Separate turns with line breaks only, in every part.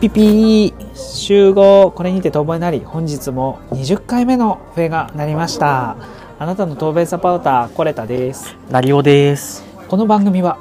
ピピー集合これにて当番になり本日も20回目の笛が鳴りましたあなたの当番サポーターコレタです
ラリオです。
この番組は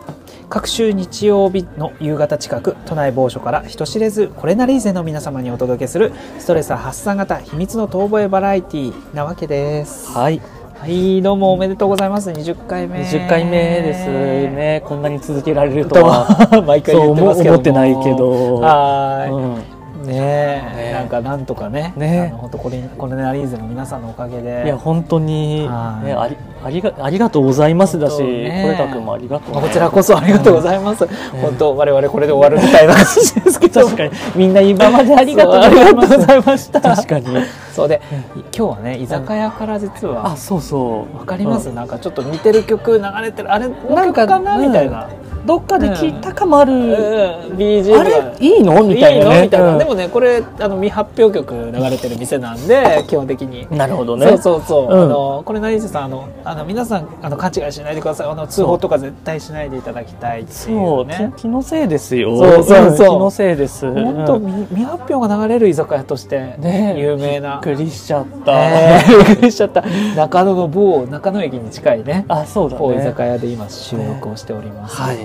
各週日曜日の夕方近く都内某所から人知れずこれなり勢の皆様にお届けするストレス発散型秘密の遠吠えバラエティーなわけですは
はい。
いどうもおめでとうございます20回目
20回目ですね。こんなに続けられると
と
は。
は毎回
そ
言っ
う
て
思
ますけども
思ってないけど。
はーい、
うん
ねえ
ねえ
なんかなんとかね
ねえ
あの本当これこれねアリーゼの皆さんのおかげで
いや、本当に、ね、
はい
あり、ありが、ありがとうございますだし、
本
こ
当ね
れたくんもありがとうね、
こちらこそありがとうございます、本当我々これで終わるみたいな感じですけど
確かに、みんな今までありがとうご
そうあり
ざい
が
ま
とうございまし
す。
た
確かに。
そうで今日はね居酒屋から実
あ、
は
そうそう。
わかります、
うん
なんかちょっと似てる曲流れてるあれなんかかな
うん
みたいな、
どっかで聞いたかもある。
BGM
あれ、いいのみたいなね。
のみたいな、
うん
でもねこれあの未発表曲流れてる店なんで基本的に
なるほどね。
そうそうそう、
うん
あのこれ成瀬さんあのあの皆さんあの勘違いしないでくださいあの通報とか絶対しないでいただきたいってい
そうう、
ね
気気のせいですよ。
そうそうそうん
気のせいです。
本当、
うん
み未発表が流れる居酒屋として
ねえ
有名な、
びっくりしちゃった。
えーびっくりしちゃった中野の某中野駅に近いね
あ、そうだ
某居
ね。
酒屋で今収録をしております、
はい。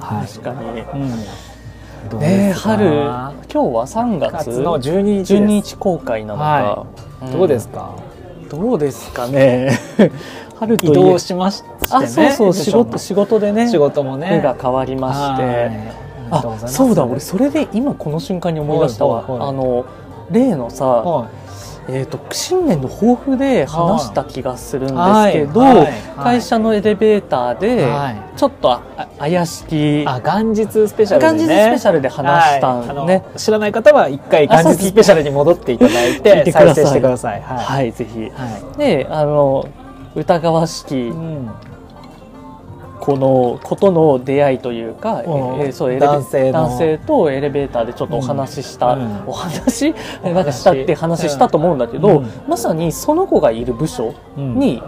はい、
確かに。
うん、どう
ね
で
え
すか
春、今日は3月
月の12日です
12日公開なのか、
は
ん
どうですか、
どうですかね。 春とい
移
え
動しましてね
あ、そうそう、仕事、
仕
仕事でね、
事もね
手が変わりまし
はい
て。
おめでとござい
あ、
ます
そうだ、俺、それで今この瞬間に思い出した
はい
わ。
はいはい
あの、例のさ、
はい
えー、と新年の抱負で話した気がするんですけど、
はいはいはい
会社のエレベーターで、
はい
ちょっとああ怪しき
あ元日スペシャルで、ね、
元日スペシャルで話した
はいあ
ん
の
ね、はい
知らない方は一回元日スペシャルに戻っていただい
聞い
て
てく
再
ださい
生してくださいは
ぜひ
い、は
であの疑わし
い
き
うん
このことの出会いというか、え
お
ーそうエレベ
男性の
男性とエレベーターでちょっとお話しした、
うんうん
お話えなんかしたって話したと思うんだけ
う
ど、
ん
まさにその子がいる部署
うん
に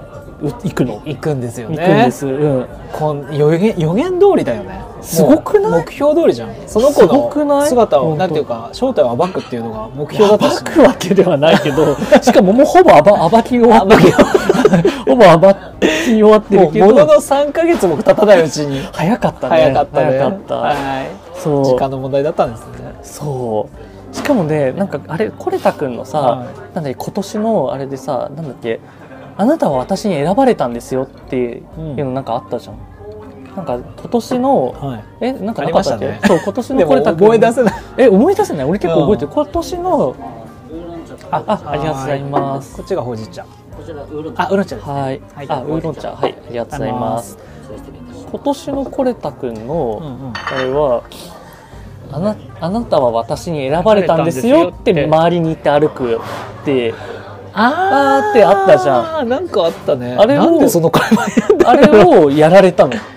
う行くの。
行くんですよ
行
ね
くんです、うん、
こん予言予言通りだよね
すごくない
もう目標通りじゃんその
すご
子
く
の
ない
姿を
本当
なんていうか正体を暴くっていうのが目標だ
暴
ったしね、
くわけではないけど、 しかももうほぼ暴暴き終 わってる。ほぼ暴き終わって
も
る
う
け
ものの
ど、
3か月も経たないうちに
早かったね。
早かったね
早かった
はい時
そ
間の問題だったんですね
う。そう。しかもね、なんかあれ、コレタ君のさ、
は
なんだっけ、今年のあれでさ、なんだっけ、あなたは私に選ばれたんですよっていうのなんかあったじゃん。なんか今年の、
はい
え、なんかなかったっけ、
ありました
そう、今年
で
のコ
も
レタ君。
覚え出せない
え、思い出せない俺結構覚えてる。
う
今年の、あ、あありがとうございます
こ。っちがほうじ茶。こちらウーロン茶。あ、ウーロン茶です。
はい、
はい
あ、ウーロン茶、はい、ありがとうございます。今年のコレタくん
う
の、
んうん。
あれは。あな、あなたは私に選ばれたんですよ
選
って、
ばれたんですよって
周りに行って歩く。って、
あ
ーってあったじゃ
ん。なんかあったね。
あれを
なんでその会話やんだ
あれをやられたの。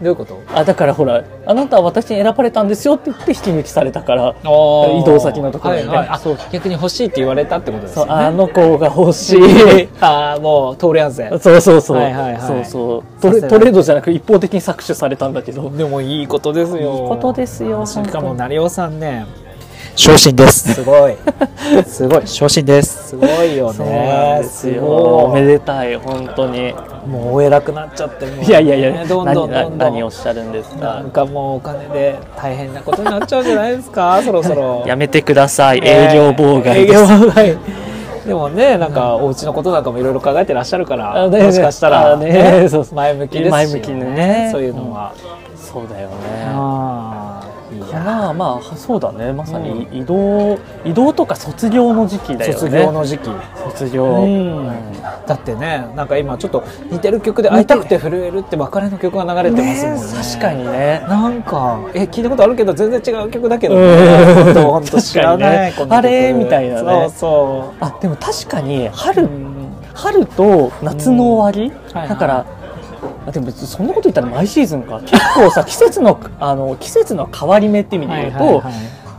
どういうこと
あ、だから、ほら、あなたは私に選ばれたんですよって言って、引き抜きされたから。移動先のところにね
はいはいあ
そう
逆に欲しいって言われたってことです
そう、
よね。
あの子が欲し い。
あーもう通り合わせ。
そうそうそう、
はいはいはい
そうそう
さ
トレ、
すが
トレードじゃなく、一方的に搾取されたんだけど。
でもいいことですよ。いい
ことですよ
しか
本
も
当
成尾さんね。昇進です。すごい。 すごい。昇進です。すごいよね。
そうなんですよ。お
ご
め
い
でたい、本当に。
もうお偉くなっちゃってもう
いやいやいや、
ねどんどんどんど
何
ん。
何をおっしゃるんです
なんか
か。
もうお金で大変なことになっちゃうんじゃないですか そろそろ
やめてください、
ね
営業妨害で
営業
す。
妨害でもねなんかお家のことなんかもいろいろ考えてらっしゃるから
あね
もしかしたら
あね
ね
そうそう
前向きですし
前向きにね
そういうのは、
そうだよね。
ああいい
か
や
な、まあ、そうだね、まさに移動、移動とか卒業の時期だよね。
卒業の時期
卒業。
うん
うん
だってねなんか今ちょっと似てる曲で「会いたくて震える」って別れの曲が流れてますもんね
確かにね。
なんかえ聞いたことあるけど全然違う曲だけど、
うん
ね、本当本当知らない、
確かにね
この曲
あれみたいなね
そうそ
あ、でも確かに、春
う、うん
春と夏の終わり、
んはい
だから、あでも別にそんなこと言ったら毎シーズンか結構 さ季節のあの季節の変わり目って意味で言うと、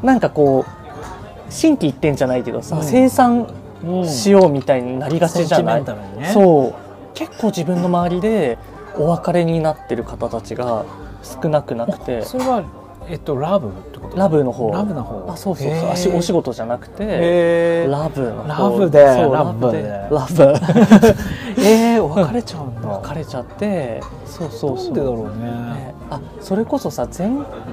なんかこう心機一転じゃないけどさ、
うん
生産
うん
しようみたいになりがちじゃな
セ
い、
ンチメンタルにね
そう結構自分の周りでお別れになってる方たちが少なくなくて
それはえっとラブってこと
ラブの方
ラブの方
あそうそう
へ
そう
ー
あしお仕事じゃなくて
へー
ラブの
ラ
方
ブで
そう
ラ
ラ
ブ
ブ
で
でラブ
えー、別れちゃうんだ
別れちゃってそうそう
な
そ
ん
う
でだろうね
ねあそれこそさ前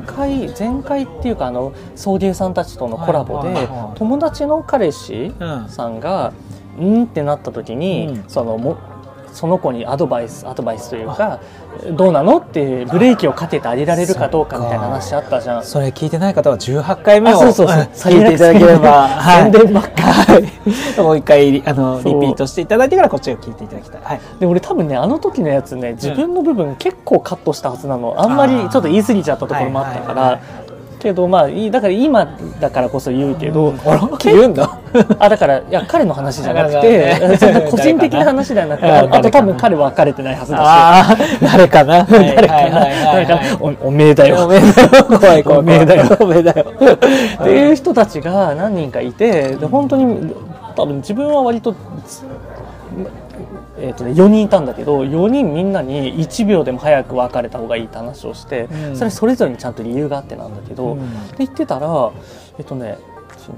回前回っていうかあの送迎さんたちとのコラボで、
はいはいはい
友達の彼氏
うん
さんがうんってなった時に、
うん
そのもその子にアドバイスアドバイスというかどうなのってブレーキをかけてあげられるかどうかみたいな話あったじゃん。あ
それ聞いてない方は18回目を
そうそうそ
ん
う
聞いていただければ、は
宣
い、
伝ばっか
はいもう一回あのリピ
そう
ートしていただいてからこっちを聞いていただきたい、はい、
で俺多分ねあの時のやつね自分の部分結構カットしたはずなのあんまりちょっと言い過ぎちゃったところもあったか
はいは
らけどまあいいだから今だからこそ言う けど、
あら言うんだ
あだからいや彼の話じゃな
だ
く
から
て
ね
そんな個人的な話 ではなくて
誰かな
ああと多分彼別れてないはずだし
ああ誰か な
誰かな誰かなおおめえだ
お
よ
めえだよ怖い怖い怖い
おめえだよ
おめえだよ
っていう人たちが何人かいてで本当に多分自分は割と。えーとね、4人いたんだけど4人みんなに1秒でも早く別れた方がいいって話をして、
うん
それそれぞれにちゃんと理由があってなんだけど、
うん
って言ってたらえっとねその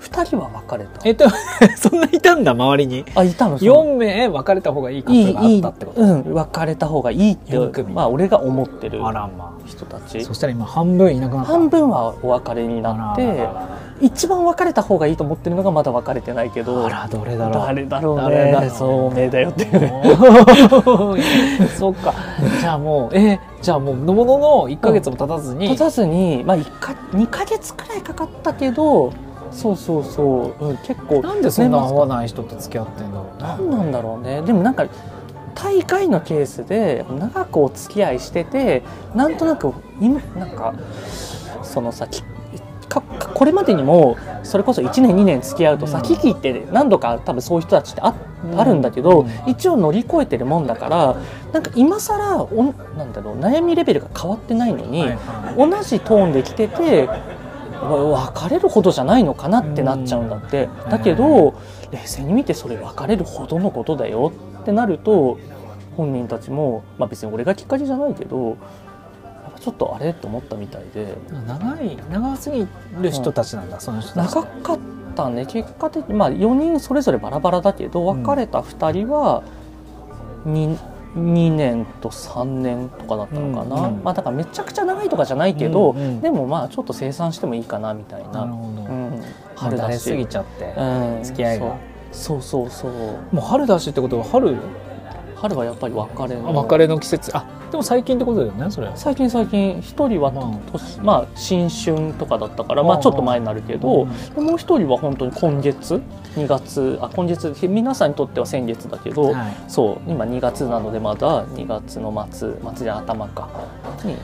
2人は別れた
えっと そんないたんだ周りに
あいたのその
4名別れた方がいいカ
いい
ップルがあ
い
っ
い
たってこと
うん別れた方がいいって
四組
まあ俺が思ってる
あらま
人た
あ
ち
そしたら今半分いなくなった
半分はお別れになっ
あらら
て
らら
一番別れた方がいいと思ってるのがまだ別れてないけど
あらどれだろう
誰だろう
誰だろう
ねそうおめえだよっていうね
お ーそっかじゃあもうえじゃあもうのものの1か月も経たずに、
立たずにまあ一か2か月くらいかかったけどそうそうそう、うん、結構
なんでそんな
年
合
末
わない人と付き合ってんだろうな
何なんだろうねでもなんか大概のケースで長くお付き合いしててなんとなく今なんかそのさきかかこれまでにもそれこそ1年2年付き合うとさ、
うん
危機って何度か多分そういう人たちってあ,、
うん
あるんだけど、
うん
一応乗り越えてるもんだからなんか今更おんなんだろう悩みレベルが変わってないのに、
はいは
同じトーンで来ててわ別れるほどじゃないのかなってなっちゃうんだって、
うん
だけど冷静に見てそれ別れるほどのことだよってなると本人たちも、まあ、別に俺がきっかけじゃないけどやっぱちょっとあれって思ったみたいで
い長い長すぎる人たちなんだ、その人たち
長かったね結果的に、まあ、4人それぞれバラバラだけど
うん
別れた2人は 2, 2年と3年とかだったのかな、
うんうん
まあ、だからめちゃくちゃ長いとかじゃないけど、
うんうん
でもまあちょっと生産してもいいかなみたい
なる
な。
ほど、
う
もうん
春
慣
だ
れすぎ
し、
ちゃって、
うん
付き合いが
そうそうそうそう
もう春だしってことは春
春はやっぱり別れ
あ
の
別れの季節あでも最近ってことだよねそれ
最近最近一人は
まあ
年、まあ新春とかだったから、
まあ
まあ、ちょっと前になるけど、
う
もう一人は本当に今月2月あ今月皆さんにとっては先月だけど、
はい
そう今2月なのでまだ2月の末末じゃない頭かに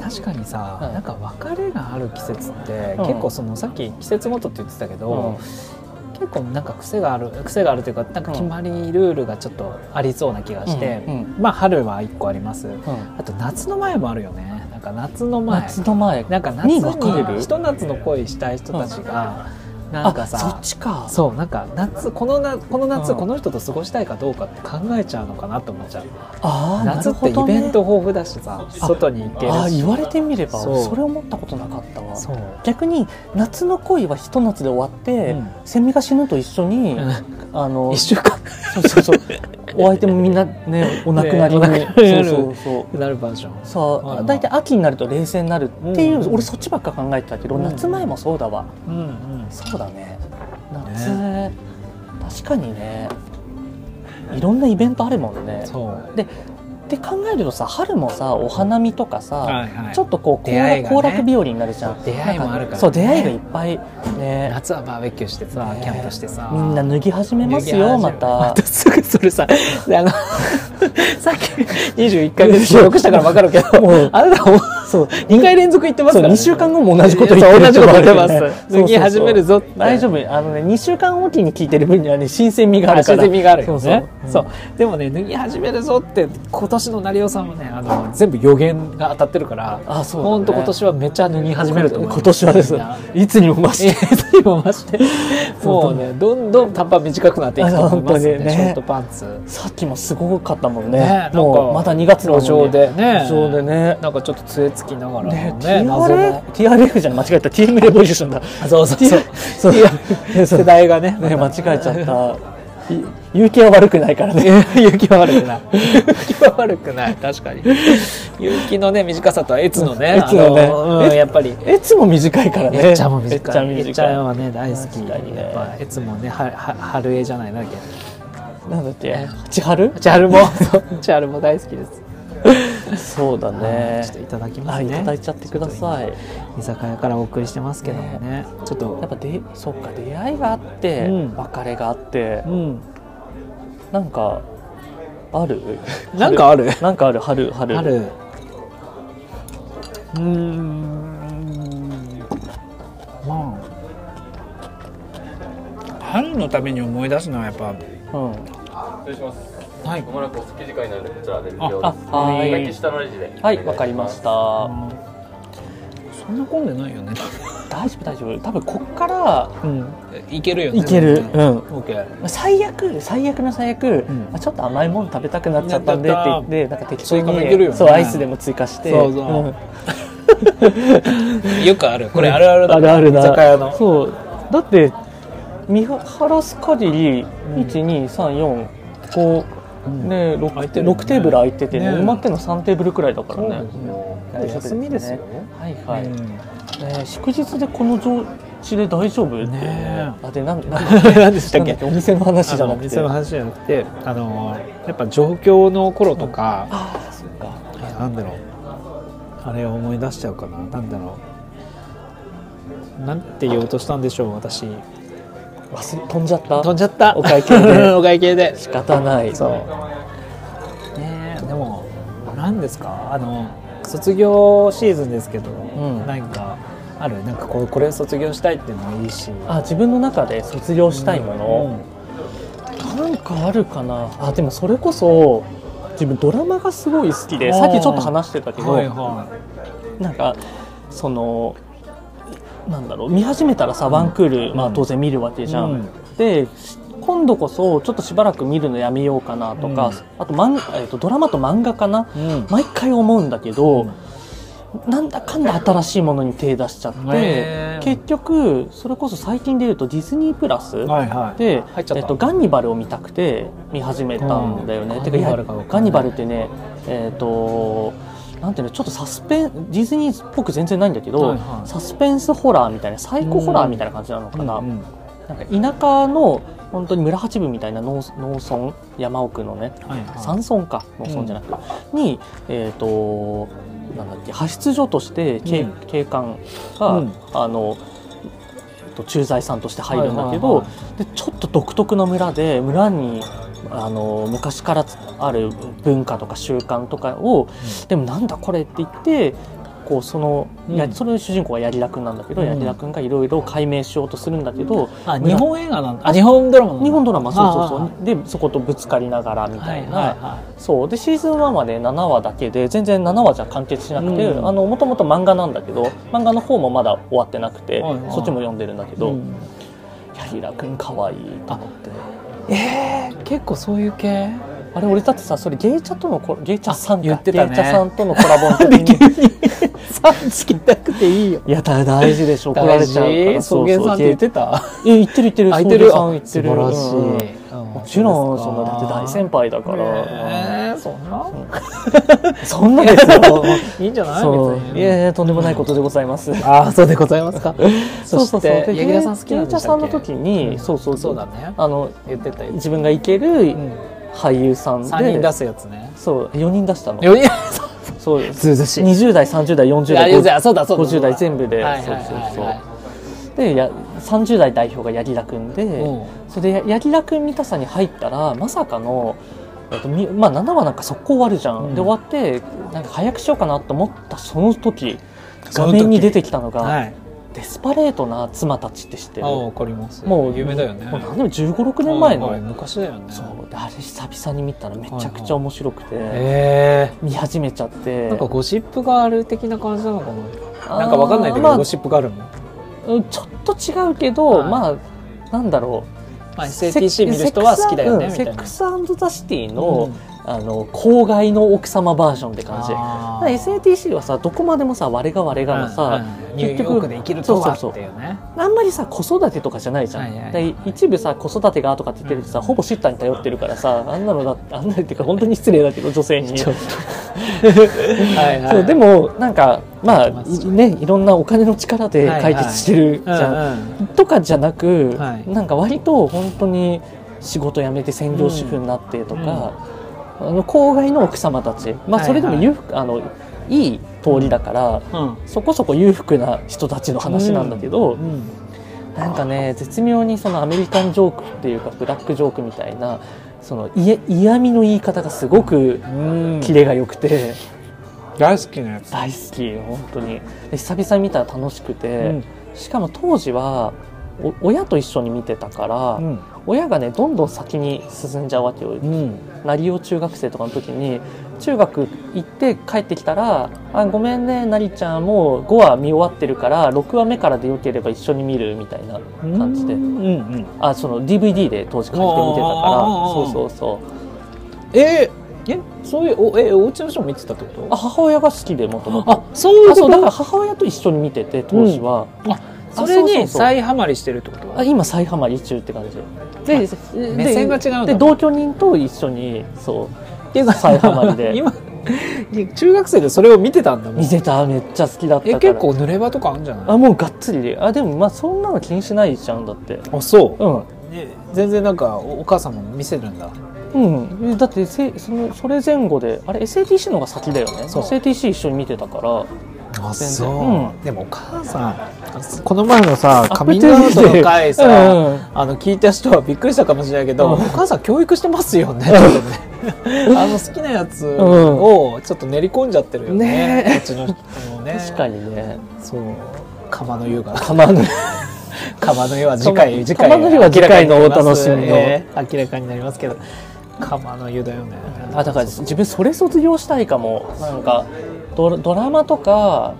確かにさ、
はい
なんか別れがある季節って、
うん
結構そのさっき季節ごとって言ってたけ
うん
ど、結構なんか癖がある癖があるというかなんか決まりルールがちょっとありそうな気がして、
うん
まあ春は1個あります
うん
あと夏の前もあるよねなんか夏の前
夏の前
なんか夏に
に別れる
ひと夏の恋したい人たちが、なんか
あ
さ
そっちか
そうなんか夏このなこの夏、
うん
この人と過ごしたいかどうかって考えちゃうのかなと思っちゃう
あー
夏ってイベント豊富だしさ、
あ
外に行ける
ああ
し
言われてみれば
そう
それ思ったことなかったわ
そう
逆に夏の恋はひと夏で終わって、
うん
セミが死ぬと一緒に、あの
一週間
そうそうそうお相手もみんなねお亡くなりに、
ねお亡くなりになる
そうそうそう
なるバージョン
さあ、
はいはい
大体秋になると冷静になるっていう、
うん
俺そっちばっか考えてたけど、
うん
夏前もそうだわ
うんうん
そうだね夏確かにねいろんなイベントあるもんね
そう
って考えるとさ春もさお花見とかさ、
はいはい
ちょっとこう行
出会いがね
楽,、日和になるじゃん
出会いもあるからね
なんそう出会いがいっぱいね
夏はバーベキューしてさ
ね
キャンプしてさ
みんな脱ぎ始めますよま た
またすぐそれさ であのさっき21回目で収録したから分かるけ
も
ど
う
あなたも
そう
2回連続言ってますから、ね、
2週間後も同じこと言って
そう
る
同じこと言ってます
人もいるよね
脱 ぎ始めるぞって
大丈夫あのね2週間おきに聞いてる分にはね新鮮味があるから
味があるよね
そ
そうう
そううん
でもね脱ぎ始めるぞって今年の成尾さんはねあの全部予言が当たってるから
あそうだね
ほんと今年はめっちゃ脱ぎ始めると思う
今年はです
みんない
つにも増して
えー、でもましてもうねどんどん短パン短くなっていくと思います
あ本
ん
当
で、
にね
ショートパンツ
さっきもすごかったもん
ねなん。
ね
か
もうまた2月の
路上でね
路上でね。
なんかちょっと杖つきながらも
ね
ね、謎の
TRF, TRF じゃない間違えた TM レボリューションだ
そう そうそう
そう
いや世代がね
ね間違えちゃったい勇気は悪くないからね
勇気は悪くない勇気は悪くない確かに勇気のね短さとは越のね
越のね
あのうんやっぱり
いつも短いからね
えっちゃんも短い。
めっ
えっ
ち
ち
ゃ
ゃん
短
はね大好き。
確かにね
やっぱえつもねはは春江じゃないなんだっけ。
いなんだっけ千春
チャルも そうチャルも大好きです。
そうだ
は
ね
いちょっといただきま
あ
す
い
ね。
ただいちゃってください
居酒屋からお送りしてますけどもね。ちょっ
やっ
と
ぱでそっか出会いがあって、
うん
別れがあって
うん
なんかある
なんかある
なんかある春春
春。うーんまあ春のために思い出すのはやっぱ
うん
失礼します。
はい
まもなくお付き時間になるので、こちらで無料
あ
です。
は
はい、
い
下のレジで。
はいわかりました
そんな混んでないよね。
大丈夫大丈夫多分こっから
うん。 いけるよね。
いけるうん
オッケー。
最悪最悪の最悪、
ん
あちょっと甘いもの食べたくなっちゃったんでって言ってなんか適当
追加
に
もいけるよね
そうアイスでも追加して
そうそうんよくある。これあるあるだ。
あるあるだ
居酒屋の。
そうだって見晴らす限り、12345
うん
ね六
空いてるよね
6テーブル空いてて、ね
ね
埋まってるの3テーブルくらいだからね
そうですよ休みですよ
はいはい、
うん
ね祝日でこの上地で大丈夫って、
ね
あでなんなんだっ け
何でしたっけ
なんだお店の話じ
あ
ゃ
のお
なくて
店の話じゃなくて、あのやっぱ上京の頃とか、
ああそっか
なんだろうあれを思い出しちゃうかななんだろうなんて言おうとしたんでしょう私
忘れ飛んじゃった
飛んじゃった
お会計 で
お会計で
仕方ない
そうねえでも何ですかあの卒業シーズンですけど、
ん
なんかあるなんかこうこれ卒業したいっていうのもいいし
あ自分の中で卒業したいも
う
の
ん、
なんかあるかなあでもそれこそ自分ドラマがすごい好きで
あー
さっきちょっと話してたけど、
はいは
なんかそのなんだろう見始めたらさワンクール、まあ、当然見るわけじゃん。
うん
で今度こそちょっとしばらく見るのやめようかなとか、
うん
あと漫画えっとドラマと漫画かな、
い、うん
毎回思うんだけど、なんだかんだ新しいものに手出しちゃって、
へー
結局それこそ最近で言うとディズニープラス、
はいはい
で、
入っちゃった
えっと、ガンニバルを見たくて見始めたんだよね。
うん
てか
ガンニバ
や
ルかわかんない
ガンニバルってね、えっとなんていうのちょっとサスペンディズニーっぽく全然ないんだけど、
はいはい
サスペンスホラーみたいなサイコホラーみたいな感じなのかな。
うんうん
なんか田舎の本当に村八分みたいな農農村山奥のね
はいはい
山村か農村じゃなくて、に、えー、となんだっけ派出所として警,、
うん
警官が、
うん
あのえっと駐在さんとして入るんだけど、
はいは
でちょっと独特の村で村にあの昔からある文化とか習慣とかを、
う
でもなんだこれって言って。こうそのや
うん
それを主人公はやりらくんなんだけど、
うん
やりらくんがいろいろ解明しようとするんだけど、
あ日本映画なんだあ日本ドラマなんだ
日本ドラマそうそう
ああ
そうでそことぶつかりながらみた
はい
いな、
はいは
そうでシーズン1まで7話だけで全然7話じゃ完結しなくて
うん
あのもともと漫画なんだけど漫画の方もまだ終わってなくて、
はいはい
そっちも読んでるんだけ
い、
ど、
うん
ヤヒラくんかわいいと思って
えー、結構そういう系
あれ俺だってさそれゲイチャとのコラゲイチャさんか
言ってたね
ゲイチャさんとのコラボ の時に
3つけたくていいよ
いやだ大事でしょ怒られちゃうから
そうそうさんって言ってた
え言ってる言ってる
あ言ってる
送迎さん言っ
素晴らし
てるうん
い、うん
もちろんそんなだって大先輩だから、
えー、そんな
そんなですよ
いいんじゃない
そう
別
い
に
やいやとんでもないことでございます
ああそうでございますか
そ
そうう
そ
そうう
そう。
そう柳田さん好きなんでしたっけ
さんの時に、そうそう
そうだね
あの
言ってた言って
自分が行ける
た、うん、
俳優さんで、
3人出すやつね
そう4人出したの。
4人
そうです。
ずうずうしい
20代、30代、40
あ
代、
いやそうだそうだ
50代全部で、
はいはい
そ
は
う
い
そう
はい
そう。で、や30代代表が柳楽君で、
うん
それで柳楽君見たさに入ったらまさかの。えっとみまあ、7話なんか速攻終わるじゃん、
うん
で終わってなんか早くしようかなと思ったその時
その
画
時
面に出てきたのが、
はい
デスパレートな妻たちって知ってる
あわかります
もう
夢だよね
もう何でも1 5 6年前の、
はいはい昔だよね
そうであれ久々に見たらめちゃくちゃ面白くて、
え
見始めちゃって
ー、なんかゴシップがある的な感じなのかな
あー
なんかわかんないんだけど、
まあ
ゴシップがあるの
うんちょっと違うけど、
はい
まあなんだろ
まあ、
う
SATC 見る人は好きだよね
う
み
ん
た
セ
いな
ックスザ・シティ
う
の,、
ん
あの郊外の奥様バージョンって感じ
あー
SATC はさどこまでもさ我が我がのさ、
うんうんニューヨークで生きるとはっていうね
あんまりさ子育てとかじゃないじゃん、
はいはいはい
で一部さ子育てがとかって言ってるとさ、ほぼシッターに頼ってるからさあんなのだあんなのっていうか本当に失礼だけど女性に
ちょっはいはい
そうでもなんかまあ
わかります
いねいろんなお金の力で解決してる
う
じ
んうん
ゃん、とかじゃなく、
はい
なんか割と本当に仕事辞めて専業主婦になってとか、あの郊外の奥様たち、ま
はい
あ、
はい
それでも裕福、あのいい通りだから、
うん
そこそこ裕福な人たちの話なんだけど、
うん
なんかね絶妙にそのアメリカンジョークっていうかブラックジョークみたいなそのいえ嫌味の言い方がすごく
うん
キレが良くて、
大好きなやつ
大好き本当にで久々に見たら楽しくて、
うん
しかも当時はお親と一緒に見てたから、
うん
親がねどんどん先に進んじゃうわけよ、
うん
成りを中学生とかの時に中学行って帰ってきたら「あごめんねなりちゃんもう5話見終わってるから6話目からでよければ一緒に見る」みたいな感じで、
うんうんうん
あその DVD で当時借りて見てたから
おーおーおーお
そ
ー
うそうそう
えーえそういうおえお家の人も見てたってこ
あ
と
母親が好きでもともと
あそういう
あそうだから
こ
母親と一緒に見てて当時は、
とあそ
あ
れ
そうそ
に
うそう
再ハマりしてるってこと
あ今再ハマり中って感じでで
目線が違うんだ
で同居人と一緒にそう再ハマりで
今中学生でそれを見てたんだもん
見てためっちゃ好きだったから
え結構濡れ場とかあるんじゃない
あもうがっつりであでもまあそんなの気にしないじゃんだって
あそ
うん
う、ね全然なんかおお母さんも見せるんだ
うん、えだってせそのそれ前後であれ SATC の方が先だよね
そう
SATC 一緒に見てたから
あ
全然う
でもお母さんこの前のさ
あ
カミングアウトの回さ、
うんうん
あの聞いた人はびっくりしたかもしれないけど、
うん
お母さん教育してますよねちょっとねあの好きなやつ
ん
をちょっと練り込んじゃってるよね
ねえ
こっちの人もね
確かにね
そう釜の湯が
釜の
釜の湯は次回
釜
次回
釜の湯は次回のお楽しみの
ええ明らかになりますけど釜の湯だよね
あだから自分それ卒業したいかもなんかドドラマとか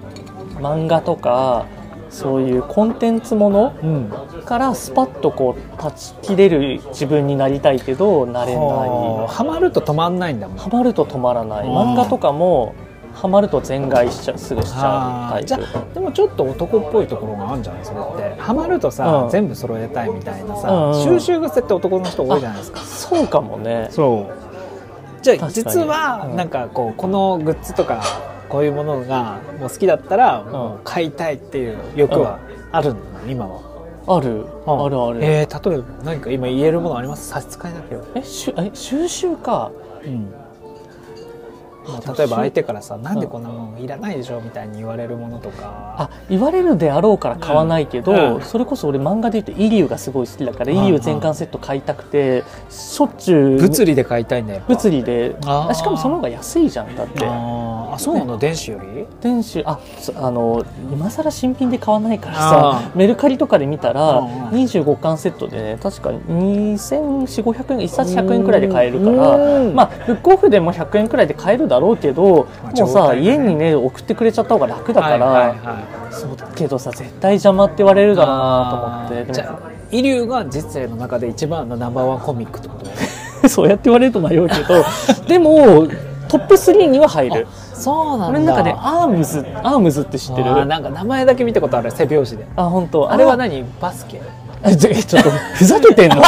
漫画とかそういうコンテンツもの
うん
からスパッとこう断ち切れる自分になりたいけどなれない
はあハマると止まんないんだもん
ハマると止まらない
うん
漫画とかもハマると全買いしちゃうすぐしちゃうタ
あー
イプ
じゃあでもちょっと男っぽいところがあるんじゃないそれってハマるとさ、
うん
全部揃えたいみたいなさ、
うんうん
収集癖って男の人多いじゃないですか
そうかもね
そうじゃあ
確かに
実は
うん
なんかこうこのグッズとかこういうものがもう好きだったら
ん
もう買いたいっていう欲はあるんだな今は、
あるあるあるえ
えー、例えば何か今言えるものあります差し支えなければ、
しゅえ収集か
うんま
で
あ、
も
例えば相手からさ「なんでこんなもんいらないでしょ」みたいに言われるものとか
あ言われるであろうから買わないけど、
うんうん
それこそ俺漫画で言うとイリュウがすごい好きだから、
うんうん
イリュウ全巻セット買いたくてしょっちゅう
物理で買いたいんだよ
物理で
あー
あしかもその方が安いじゃんだって
あーあそうなの電子より
電子あそあの今更新品で買わないから
あ
さメルカリとかで見たら
うんうん
25巻セットでね確か2400500円1冊100円くらいで買えるから。
うん
まあ、ブックオフでも100円くらいで買えるだろうけど、
まあ
もう
状態
さ
がね
家にね送ってくれちゃった方が楽だから、
はいはいは
そうだけどさ絶対邪魔って言われる
い
だろうなと思って
じ
で
ゃあイリュウが実生の中で一番のナンバーワンコミックってことだよ ね
もそうやって言われると迷うけ どでもトップ3には入る
そうな
俺の中でアームズアームズって知ってる
あーなんか名前だけ見たことある背拍子で
あ本当
あれは何バスケ
えちょちょっとふざけてん の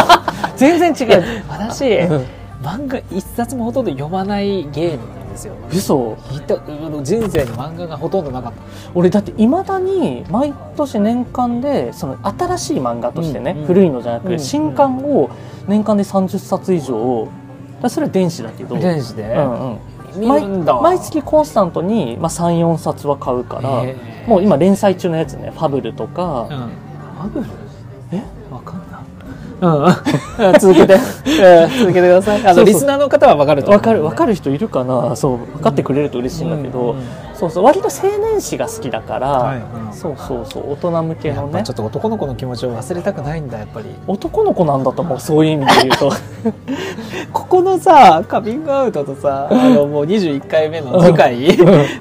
全然違う
私
うん
漫画一冊もほとんど読まないゲームなんですよ
嘘
ひと人生に漫画がほとんどなかっ
俺だっていまだに毎年年間でその新しい漫画としてね、
うんうん
古いのじゃなく、
うんうん
新刊を年間で30冊以上だからそれは電子だけど
た電子で、
うんうん
見るんだ
毎毎月コンスタントに、まあ、34冊は買うから、
へー
もう今連載中のやつね「ファブル」と
う
か、
んアブル
え
わかんないうん 続けて、えー続けてくださいあの
そうそう
リスナーの方はわかると思
わ
う
かるわかる人いるかなそう分かってくれると嬉しいんだけど、
うんうん
そうそう割と青年誌が好きだから、
はいはい
そうそうそう大人向け
や
の
っぱ
ね
ちょっと男の子の気持ちを忘れたくないんだやっぱり
男の子なんだと思うそういう意味で言うと
ここのさカミングアウトとさあのもう21回目の次回、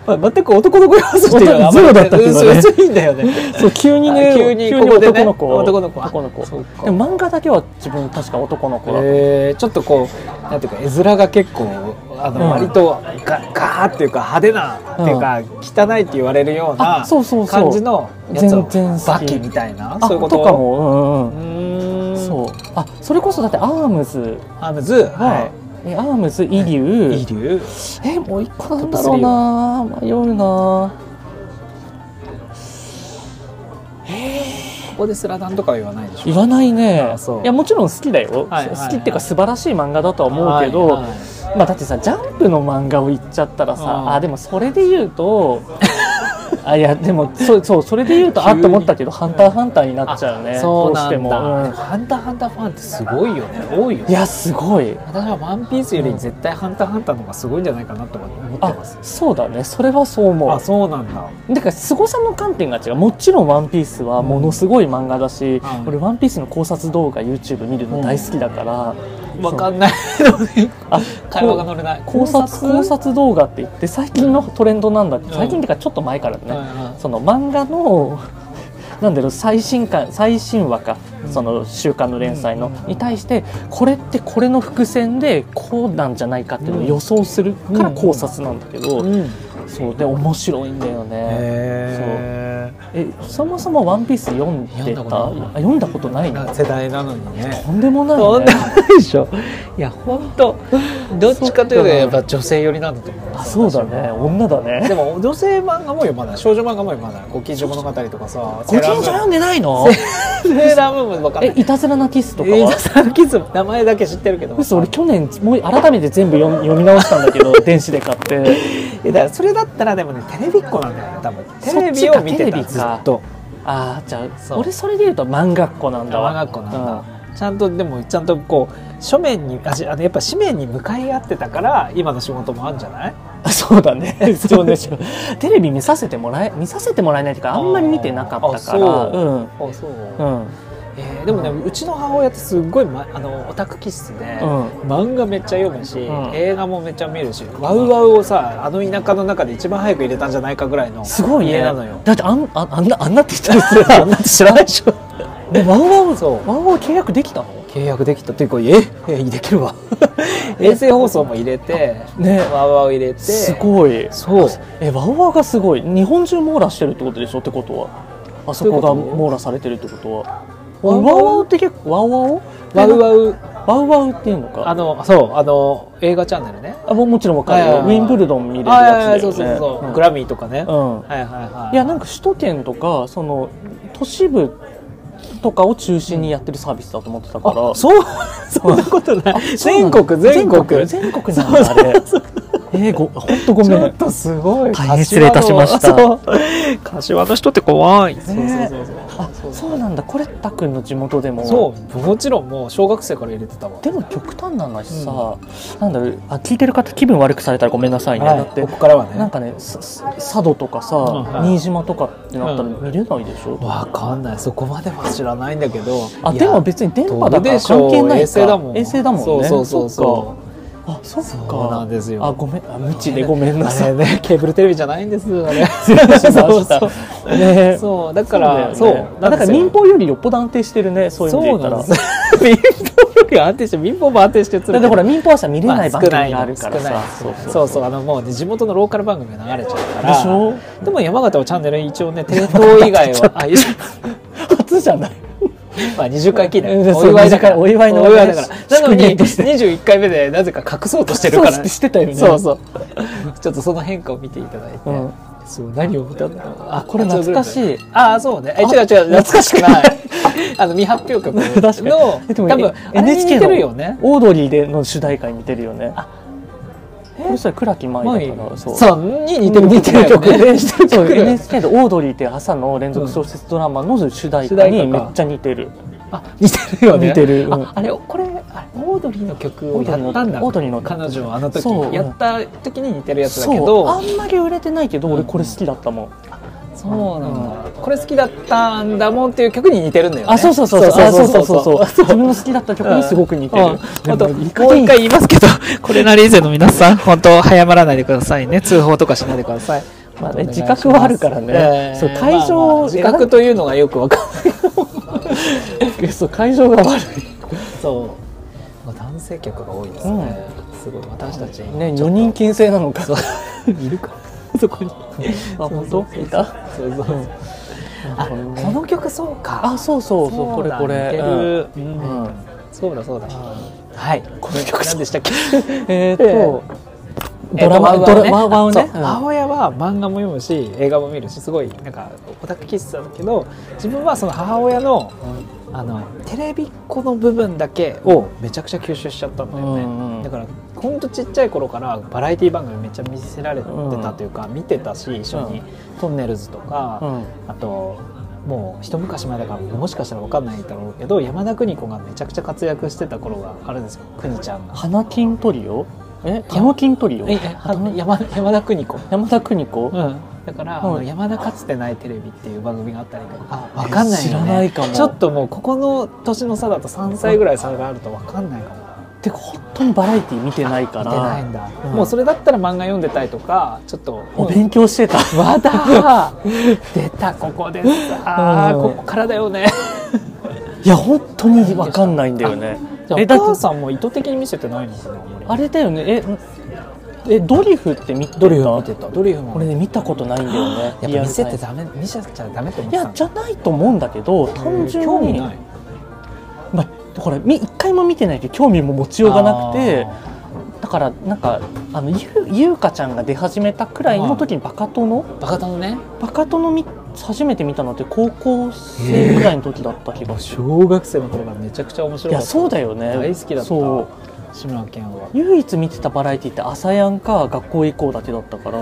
まあ、全く男の子要素っていうのがあまり
ゼロだったけどね
うんそう薄いんだよね
そう急にね
あ急にここでね
男の子
男の子
男の子
そうか
でも漫画だけは自分確か男の子だった、
えーちょっとこうなんていうか絵面が結構あ
う
の
ん
割とガガーっていうか派手なっていうか汚いって言われるような
あそうそうそう
感じのやつを
全然好
バ
き
キみたいな
あ
そういうこと
とかも、うん
う
うん
ーん
そうあそれこそだってアームズ
アームズ
は、
は
えアームズイリュウ、
い遺流
えもう一個なんだろうな迷うな
ここですらなんとかは言わないでしょ
言わないね
あそう
いやもちろん好きだよ、
はいはいはい
好きっていうか素晴らしい漫画だとは思うけど、
はいはい
まあだってさジャンプの漫画を言っちゃったらさ、
うん
あでもそれで言う とあいやでもそうそうそれで言うと
急
あ
に
って思ったけど「ハンターハンター」になっちゃうね
そうなんだ
どうしても、うん
ハンターハンターファンってすごいよね多いよ
い
ね
やすごい
私は「ワンピースより絶対「ハンターハンター」の方がすごいんじゃないかなとは思って
あ
ます
そうだねそれはそう思
あ
う
そうなんだ
だから凄さの観点が違うもちろん「ワンピースはものすごい漫画だし、
うん
俺「ワンピースの考察動画 YouTube 見るの大好きだから、
わかんない のに
あ
会話が乗れない
考察考察動画って言って最近のトレンドなんだって、
うん
最近っていうかちょっと前からだね、
ね
その漫画の なんだろう最新刊最新話か、その週刊の連載の、
うん
に対してこれってこれの伏線でこうなんじゃないかっていうのを予想するから考察なんだけど、
うん
そうで面白いんだよね。
へ
えそもそも「ワンピース読んで
読んだ
た
こ
あ
とない
読んだことないの
世代なのにね
とんでもない、ね、
そんなでしょいや本当どっちかというとやっぱ女性寄りなんだと思いま
あ
す
そうだね女だね
で も女性漫画も読まない少女漫画も読まない「ご近所物語」とかさ「
ご近所読んでないの
セーラームーン」も分かん
え
ない
いたずらなキスとかは、
エイザサンキズム名前だけ知ってるけど
嘘俺去年もう改めて全部読み読み直したんだ けど電子で買って
いやだからそれだったらでもねテレビっ子なんだよね多分
そっち
テ
か
レビを見て
テレ
た
ビか
ずっと
ああじゃあ
そう
俺それで言うと漫画っ子なんだわ
漫画っ子なんだちゃんとでもちゃんとこう書面にあしあのやっぱ紙面に向かい合ってたから今の仕事もあるんじゃない
うんそうだねそうねテレビ見させてもらえ見させてもらえないというかあんまり見てなかったから
あ
う
そ
ん
あそう、
うん
えーでもねうちの母親ってすっごい、ま、あのオタク気質で、
うん
漫画めっちゃ読むし、
ん
映画もめっちゃ見るしワウワウをさあの田舎の中で一番早く入れたんじゃないかぐらいの
すごい
家
ね
なのよ
だってあんああんなあんなって 言ったらさあんなって知らないでしょ
でワウワウそう
ワンワン契約できたの
契約できたというかええできる わ衛星放送も入れて
ね
ワウワウ入れて
すごい
そう
えワンワンがすごい日本中網羅してるってことでしょってことはあそこが
どういうこと
網羅されてるってことは
ワ
ワ
ウ
ウ
ワウ
ワウって結構ワウワウ
ワウ
ウ
ワウ
ワウワウっていうのか
あのそうあの映画チャンネルね
あももちろんわかるよ
は
ウ
いはいはい
ィンブルドン見れるやつ
あ
だよね
そうそうそう、
ん
グラミーとかね、はい
うん
はいはい
いやなんか首都圏とかその都市部とかを中心にやってるサービスだと思ってたか
あ
ら
そうそんなことない全国全国
全国なんだあれえーご本当ご
ち
め
ょっ
ん
とすごい
大変失礼いたしました
柏のそう柏の人って怖いそう
ね
そうそう
あそうなんだコレッタ君の地元でも
そうそうもちろんもう小学生から入れてたわ
でも極端な話さ、なんだろうあ聞いてる方気分悪くされたらごめんなさいね、だって
ここからは
なん
ね
かねささ佐渡とかさ、
はい
新島とかってなったら見れないでしょ、
わかんないそこまでは知らないんだけど
あ
いや
でも別に電波
ど
だか
うで
ら
しょう
関係ないか
衛星だもん
衛星だもんね
そうそうそうそう
あそっか
そうなんですよ
あごめんあ無知でごめんな
あ
さ
れ
い
ねケーブルテレビじゃないんですあ れ
失礼しました
そう
ね
そうだ
そ
か
うだよ
ら
ね
そう
あだから民放よりよっぽど安定してるねそういう意
そ
味で言
う
った
なん
ら
ですよ民放より安定して民放も安定してつ
だってほら民放はさ見れ
ま
な
あ
い
少
番組
ない
があ
の
る
少
か
な
ら
い
さ
そうそうそうあのもうね地元のローカル番組が流れちゃうから
でしょ
でも山形はチャンネル一応 ねテレ東以外はあいや
初じゃない
まあ20回記念
うんそう
お祝いだから
20お祝いの
お祝いだから
祝
なのに
祝いとして
21回目でなぜか隠そうとしてるから
そうしてたよね
そうそうちょっとその変化を見ていただいて
うん
そう何を見たんだろう
あこれ懐かしい
ああそうねえ違う違う懐かしくない あの未発表曲
確かに
の
えでも
多分
え NHK
あれに似てるよね
のオードリーでの主題歌に似てるよねこれそれ倉木
まあい
舞
い
だからそう
さんに似てる
似てる曲
だよね
でそう
ね
NHK で「オードリー」って朝の連続小説ドラマの主題歌にめっちゃ似てる
あ似てるよね
似てるうん
ああれこれあれオードリーの曲をやったんだ
オードリーの
彼女はあの時
そう
やった時に似てるやつだけ
そう
ど
あんまり売れてないけど俺これ好きだったもん
そそうなんだ、これ好きだったんだもんっていう曲に似てるんだよね
あそうそうそうそうあそうそうそうそう
あ
自分の好きだった曲にすごく似てる
あともう
い
一
い加減
回言いますけど これなり以前の皆さん本当早まらないでくださいね 通報とかしないでください
まあね自覚はあるからねそう会場
まあまあ自覚というのがよくわかんない
そう会場が悪
そう男性客が多いですね、すごい私たち
いね女人禁制なのか
いるか そこに
あ本当いた
そうそうそうあこの曲そうか
あそうそうそうこれ
だ
これ
似て
うん
るうん
うん
そうだそうだはいこの曲何で したっけ
えっと
え
ド
っ
ラ
と
マ
ワウワ
ド
ウ
ラマワウね
そう母親は漫画も読むし映画も見るしすごいなんかオタク気質なんだけど自分はその母親のあのテレビっ子の部分だけをめちゃくちゃ吸収しちゃったんだよね、
うんうん
だからほんとちっちゃい頃からバラエティ番組めっちゃ見せられてたというか、見てたし一緒に、
う
トンネルズ」とか、
うんうん
あともう一昔前だからもしかしたら分かんないだろうけど山田邦子がめちゃくちゃ活躍してた頃があるんですよ邦ちゃんが。
花金トリオえ玉金トリオ
ええは山山田邦子、
山田邦子
うん、だから、
はい
あの山田かつてないテレビっていう番組があったりとかあ分かんないよ、ね、
知らないかも
ちょっともうここの年の差だと3歳ぐらい差があると分かんないかも
ってか本当にバラエティ見てないから
見てないんだ、
うん
もうそれだったら漫画読んでたりとかちょっと
お勉強して た
まだ 出たここでさ、
うん
ここからだよね
いや本当に分かんないんだよね
じゃあ
え
お
だって
母さんも意図的に見せてないのかなあんまり
あれだよねええドリフって見てた
ドリフ見てたドリフも
これね見たことないんだよね
やっ
リ
ぱ
アル
見せ
タイ
て
ム
ダメ見せちゃダメって思って
い
た
や
の
じゃないと思うんだけど単純に
興味ない
まあ、これみ一回も見てないけど興味も持ちようがなくて
あ
だからなんかあのゆゆうかちゃんが出始めたくらいの時にバカ殿
ーバカ殿ね
バカ殿見初めて見たのって高校生ぐらいの時だった気がする、
小学生の頃がめちゃくちゃ面白
い
かっ
や
た
そうだよね
大好きだった
そう
志村けん は
唯一見てたバラエティって朝やんか学校へ行こうだけだったから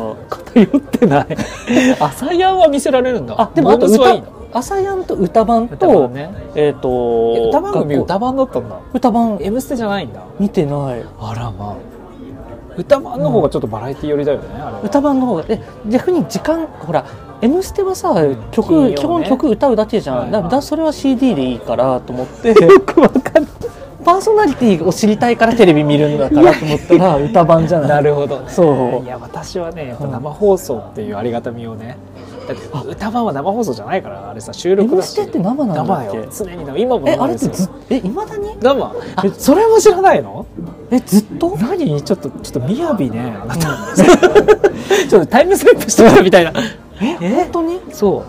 偏って ない朝やんは見せられるんだ
あでもあと
ボーナスはいい
歌
の
朝やんと歌番と
歌番ね
えっ、と
え歌番組
学校
歌番だったんだ
歌番
M ステじゃないんだ
見てない
あらまあ歌番の方がちょっとバラエティ寄りだよね、あれは
歌番の方がえ逆に時間ほら「M ステ」はさ
ん
曲、
金曜ね
基本曲歌うだけじゃん、
はい
だからそれは CD でいいからと思って くわかんないパーソナリティを知りたいからテレビ見るんだからと思った ら歌番じゃない
なるほど、ね、
そう
いや私はねやっぱ生放送っていうありがたみをねだって歌番は生放送じゃないからあれさ収録
M
だ
ス
し
テ」って生なんだ
生
っ
よ
け
常に生今も
え
生
あれっ
です
て
よ
ずっえいまだに
生えそれも知らないの
えずっと
何ちょっとちょっとみやびね あなたちょっとタイムスリップしてるみたいな
え本当に
そう
あ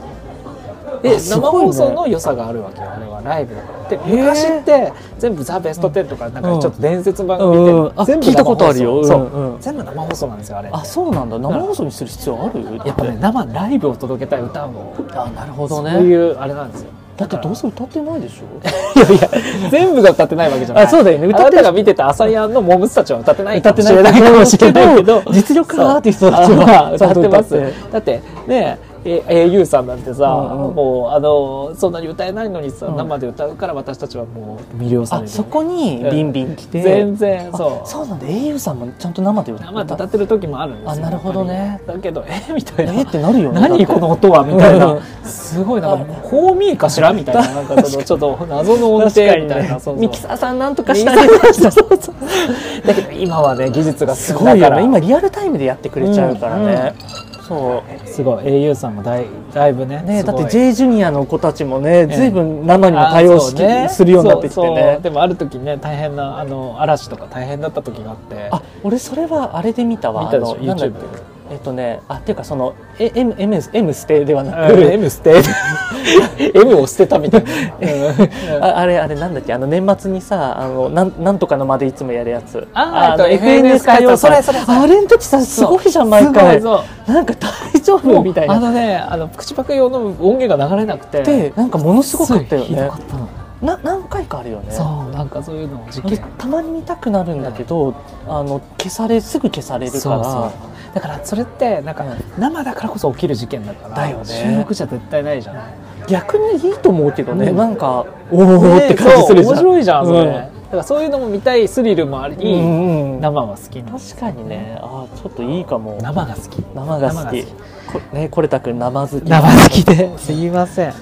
え
す
生
ごいね
放送の良さがあるわけよあれはライブだからで昔って全部「ザ・ベスト10」とかなんかちょっと伝説番組
う
で、
んうんあ
全部
聞いたことあるよ
生放送
うん
そう、
うん
全部生放送なんですよあれ
あそうなんだ生放送にする必要ある
やっぱね生ライブを届けたい歌も
あなるほ
そ
ど
う
ね
いうあれなんですよ
だってどうせ歌ってない でしょ
いやいや全部が歌ってないわけじゃない
あそうだよね
歌
歌
っ
ってて
あなたが見てた朝やんのモブスたちは歌ってない
歌
かも
って
し
ない
れないかもしれないけど
実力派アーティストたちは
そうあ歌ってます
ちゃんと歌
だってねえ au さんなんてさ、
うんうん
もうあのそんなに歌えないのにさ、
うん
生で歌うから私たちはもう魅了され
あ
る
そこにビンビン来て
全然そ
あ
う
そうなんだ au さんもちゃんと生で歌
生で
っ
歌
た
ってる時もあるんですよ
あなるほどね
だけどえみたいな
えってなるよねだって
何この音はみたい
うん
なすごいなんかこう見えかしらみたいななんかそのちょっと謎の音程みたいな、
確かにね
そうそう
ミキサーさんなんとか
ミ
し
キ
た
サ
ね
ーさんそうそうだけど今は ね技術が
す
す
ご
ご
い
い
よ
から
ね今リアルタイムでやってくれちゃうからね、そう
すごい au さんもだいだいぶね
ね、
すご
だ
い
って J ジュニアの子たちもね、ずいぶん生にも
あ
対応し、
そうね
するようになってきて
そうそ
ね
う。でもある時ね大変なあの嵐とか大変だった時があって
あ、俺それはあれで見たわ。
見たでしょ
あのなんだっけ
YouTube
えっとね、あ、っていうかその、え、M、M、M ステではな
うん
く、
M 捨て M を捨てたみたいなうん
ああれあれなんだっけあの年末にさあのなんなんとかの間でいつもやるやつ
あー
の
えっと FNS 歌謡祭それそれそれ
あれの時さすごいじゃん毎回
すごいそ
なんか大丈
うも
夫
う
みたい
あ
な
のねあの口パク用の音源が流れなくて
でなんかものすごかったよ
ひど
ね
かったの
な何回かあるよね
そうなんかそういうのを事
で
件
たまに見たくなるんだけど、あの消されすぐ消されるから
そうそうだからそれってなんか
うん
生だからこそ起きる事件だから
だよね
収録じゃ絶対ないじゃない
逆にいいと思うけどね、
うん
なんかおおって
ね
感じするじ
そう
ゃん、
面白いじゃんそれ
うん
からそういうのも見たいスリルもあり、
うんうん
生は好きなんです
確かにねあーちょっといいかも
生が好き
生が好き
生
こねこれたくん生好き
生好きですいません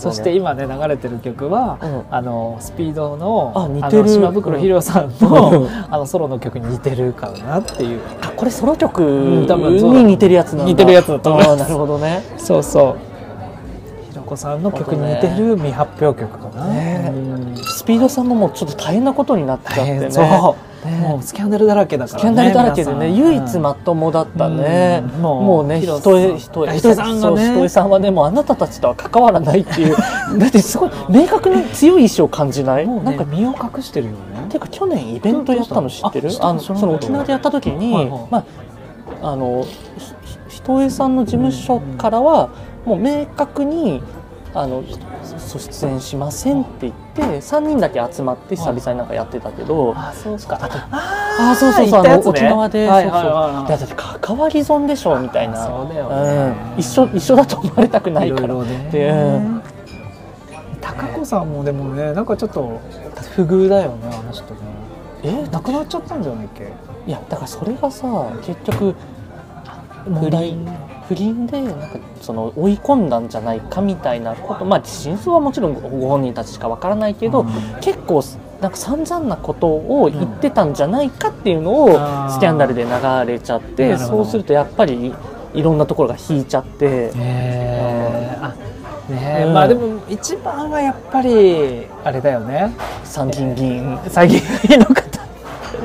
そして
今
今ね流れてる曲は、
うん
あのスピードの
あ似てる
の島袋ヒロさんの,、
うん
あのソロの曲に似てるかなっていう
あこれソロ曲
ん多分そうだ
に似てるやつなんだ
似てるやつだと思います
あーなるほどね
そうそうひろこさんの曲に似てる未発表曲かな、
ね
うん
スピードさんももうちょっと大変なことになっちゃって
大
ね
変そう、
ね
もうスキャンダルだらけだから、
ス
ね、
キャンダルだらけで
皆
ね
さん
唯一まともだったね、
うんも
も
う
うね
ヒロ
ひ
さん
とえひと
あ
え
ひとえさんがね
そうひとえさんはねもうあなたたちとは関わらないっていうだってすごい明確に強い意志を感じない、
もうね
なんか
身を隠してるよね
ていうか去年イベントやったの知って
ど
る
うしたの
あの
知ら
そ
ない
の沖縄でやった時に、
はいはい
まあ、あのひひとえさんの事務所からはもう明確にあのそ出演しませんって言って3人だけ集まって久々になんかやってたけど、
あそうか
あ
あ
あそうそうそう、
行った
あ
や
の
つね
沖縄で、
はい
そう
はい
そう
はい
いやだって関わり損でしょみたいな
そうだよね
うん、一緒一緒だと思われたくないい
ろ
か
い
ら
ろ
ってう
ね
ん
高子さんもでもねなんかちょっと不遇だよねあの人ね
え
亡くなっちゃったんじゃないっけ
いやだからそれがさ結局不倫不倫でなんかその追い込んだんじゃないかみたいなことまあ真相はもちろんごご本人たちしかわからないけど、
うん
結構なんか散々なことを言ってたんじゃないかっていうのを
あー
スキャンダルで流れちゃっ
な
て
るほど
そうするとやっぱりいろんなところが引いちゃって。
ねえあねえ、
うん
まあでも一番はやっぱりあれだよね
参議院議員
最近の方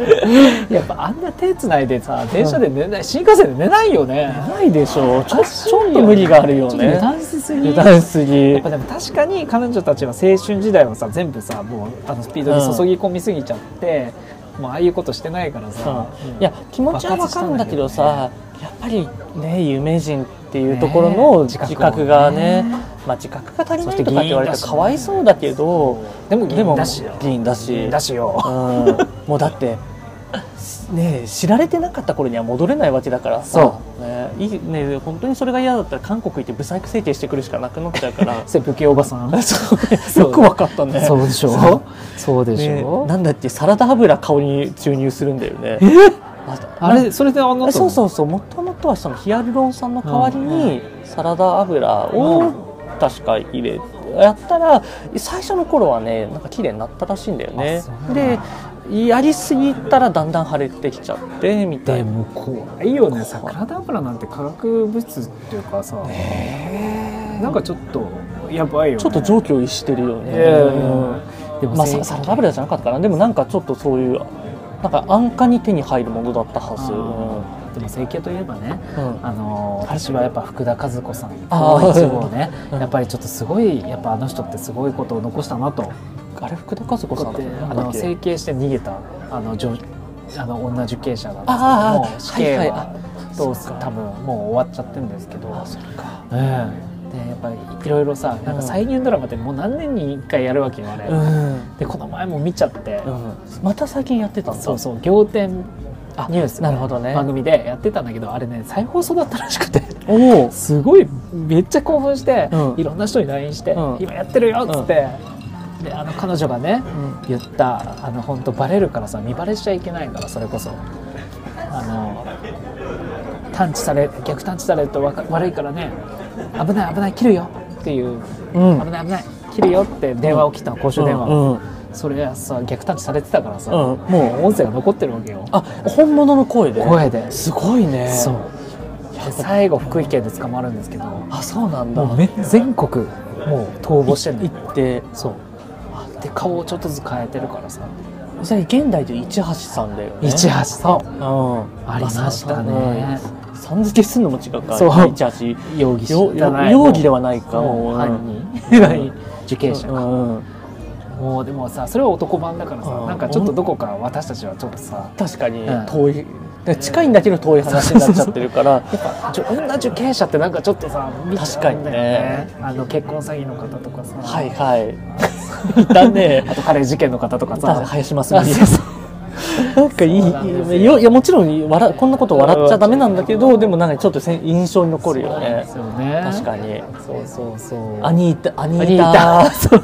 やっぱあんな手つないでさ電車で寝ない、新幹線で寝ないよね
ないでしょうちょ
おかしい
ち
よね
ょっと無理があるよ
ちょっと
ね
油断しすぎ
油断しすぎ
やっぱでも確かに彼女たちは青春時代はさ全部さもうあのスピードに注ぎ込みすぎちゃって、もうああいうことしてないからさ、うん
いや気持ちはわかるんだけどさやっぱりね有名人っていうところ
ねえ
の自覚がね
自覚をね
まあ自覚が足り
そ
な
して
いとかって言われた
議員だ
ら
しね
かわいそうだけど
でも議
で
員
も
だしよ
議員だし
だし
うん
よ、
もうだってねえ知られてなかった頃には戻れないわけだからさ
そ
ねえいいねえ本当にそれが嫌だったら韓国行ってブサイク整形してくるしかなくなっちゃうか ら
それ武器おばさん
そうよくわかったね
そうでしょそうでし
ね
ょ、
なんだっけサラダ油顔に注入するんだよねあ
あれそれであの
えそう
う
そうそうもともとはそのヒアルロン酸の代わりにサラダ油を確か入れやったら最初の頃はねなんか綺麗になったらしいんだよ
あ
ね
そうなんだ
でやりすぎたらだんだん腫れてきちゃってみた
で
いな
も怖いよね桜田油なんて化学物質っていうかさ、なんかちょっとやばいよね
ちょっと上気を逸してるよね、
いやいやいや
うん
でも
まあ、
せ
ササラダ油じゃなかったかなでもなんかちょっとそういうなんか安価に手に入るものだったはず、うん
あーでも整形といえばね
うん
あのー私はやっぱ福田和子さん
あ
の
ー
一号ね
うん
やっぱりちょっとすごいやっぱあの人ってすごいことを残したなと
あれ福田和子さんだった
あ
なんだ
の
っけ
整形して逃げたあの女あの女受刑者なん
あーあー
ですけども死刑
はいはい
はどう
そっか
多分もう終わっちゃってるんですけど
あそっか
ええでやっぱりいろいろさなんか再現ドラマってもう何年に1回やるわけよあれ、
うん
でこの前も見ちゃって、
うん、また最近やってたんだ
そうそう仰天
あ
ニュース
なるほどね
番組でやってたんだけどあれね再放送だったらしくて
おお
すごいめっちゃ興奮して、
うん
いろんな人に LINE して、
うん
今やってるよ」っつって、であの彼女がね
う
言ったあの本当バレるからさ見バレしちゃいけないからそれこそあの探知され逆探知されるとわか悪いからね危ない危ない切るよっていう、
うん
危ない危ない切るよって電話を切ったの公衆電話を、
うんうん
それはさ逆探知されてたからさ、
うん
もう音声が残ってるわけよ
あ本物の声で
声です
ごいね
そうで最後福井県で捕まるんですけども
あそうなんだ
うめ全国もう逃亡してんの
行って
そうで顔をちょっとずつ変えてるからさ
それ現代で市橋さんだよね
一橋そう
うん
ありましたね
うんさん付けすんのも違うか
そう
市
容疑
橋
者
よ
じゃな
よ
い
容疑ではないか
も
も
う
う
犯
うん
人何 受刑者
う
か
んうん
もうでもさそれは男版だからさ
うん
なんかちょっとどこか私たちはちょっとさ
確かに
うん
遠いで近いんだけど遠い話になっちゃってるから
やっぱちょ女受刑者ってなんかちょっとさ見ちゃうんだよね
確
あの結婚詐欺の方とかさ
はいはいい たね
あとカレー事件の方とか
さ
さ
林真
あそう
澄
そう
なんかいい
そうなんですよ
いいよいやもちろん笑こんなこと笑っちゃダメなんだけどでもなんかちょっとせん印象に残るよね
そうなんですよね
確かに
そうそうそう
アニータアニ
アニ
ー
ー
タ
タ
そう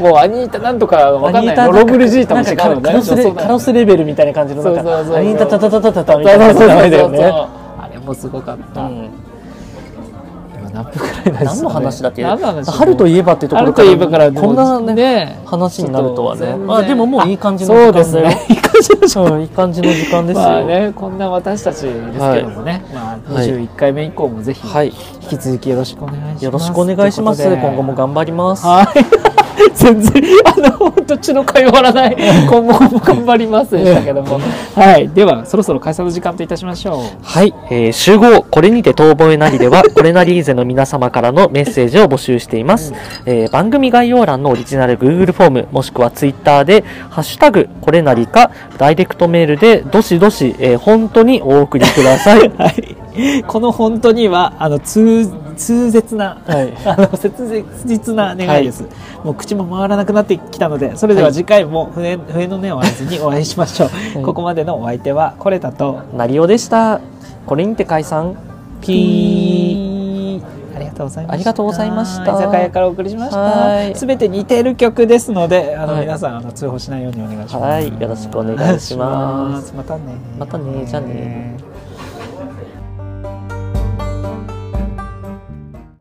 もうアニータなんとかわかんないロロブルジータも違う
なんかカロスレカロスレベルみたいな感じのなん
そうそうそうそ
か
う
アニータタタタタタタみ
そう
たい
そうそ
な
うそう
名前だよね
あれもすごかった、
うん
今何分くらいなんですかね
何の話だっけ
何の話
春といえばってところ
春といえばから
こんなね
ね
話になるとは
ちょ
ね
っと全然
あでももういい感じの
そう
時間
ですねいい感じの時間
うんいい感じの時間ですよ、
まあね、こんな私たちですけどもね、まあ
はい
21回目以降もぜひ
はい
引き続きよろしくお願いします。
よろしくお願いします
ということで
今後も頑張ります
はい。 全然、あの、どっちの会わらない、今後も頑張りますでしたけども。はい。では、そろそろ解散の時間といたしましょう。
はい、えー集合これにて遠吠えなり ではこれなりーぜの皆様からのメッセージを募集しています、えー番組概要欄のオリジナル Google フォームもしくは Twitter で「ハッシュタグこれなり」かダイレクトメールでどしどし、えー本当にお送りください
はい、この本当にはあの通通絶な、
はい
あの切実な願いです、もう口も回らなくなってきたのでそれでは次回も笛笛の音を合図にお会いしましょう、
い
ここまでのお相手はこれだと
なりおでしたこれにて解散ピー
ピーありがとうございました
ありがとうございました
居酒屋からお送りしまし
はい
たすべて似てる曲ですのであの、
はい
皆さんあの通報しないようにお願いします
はいよろしくお願いします
またね
またねじゃあね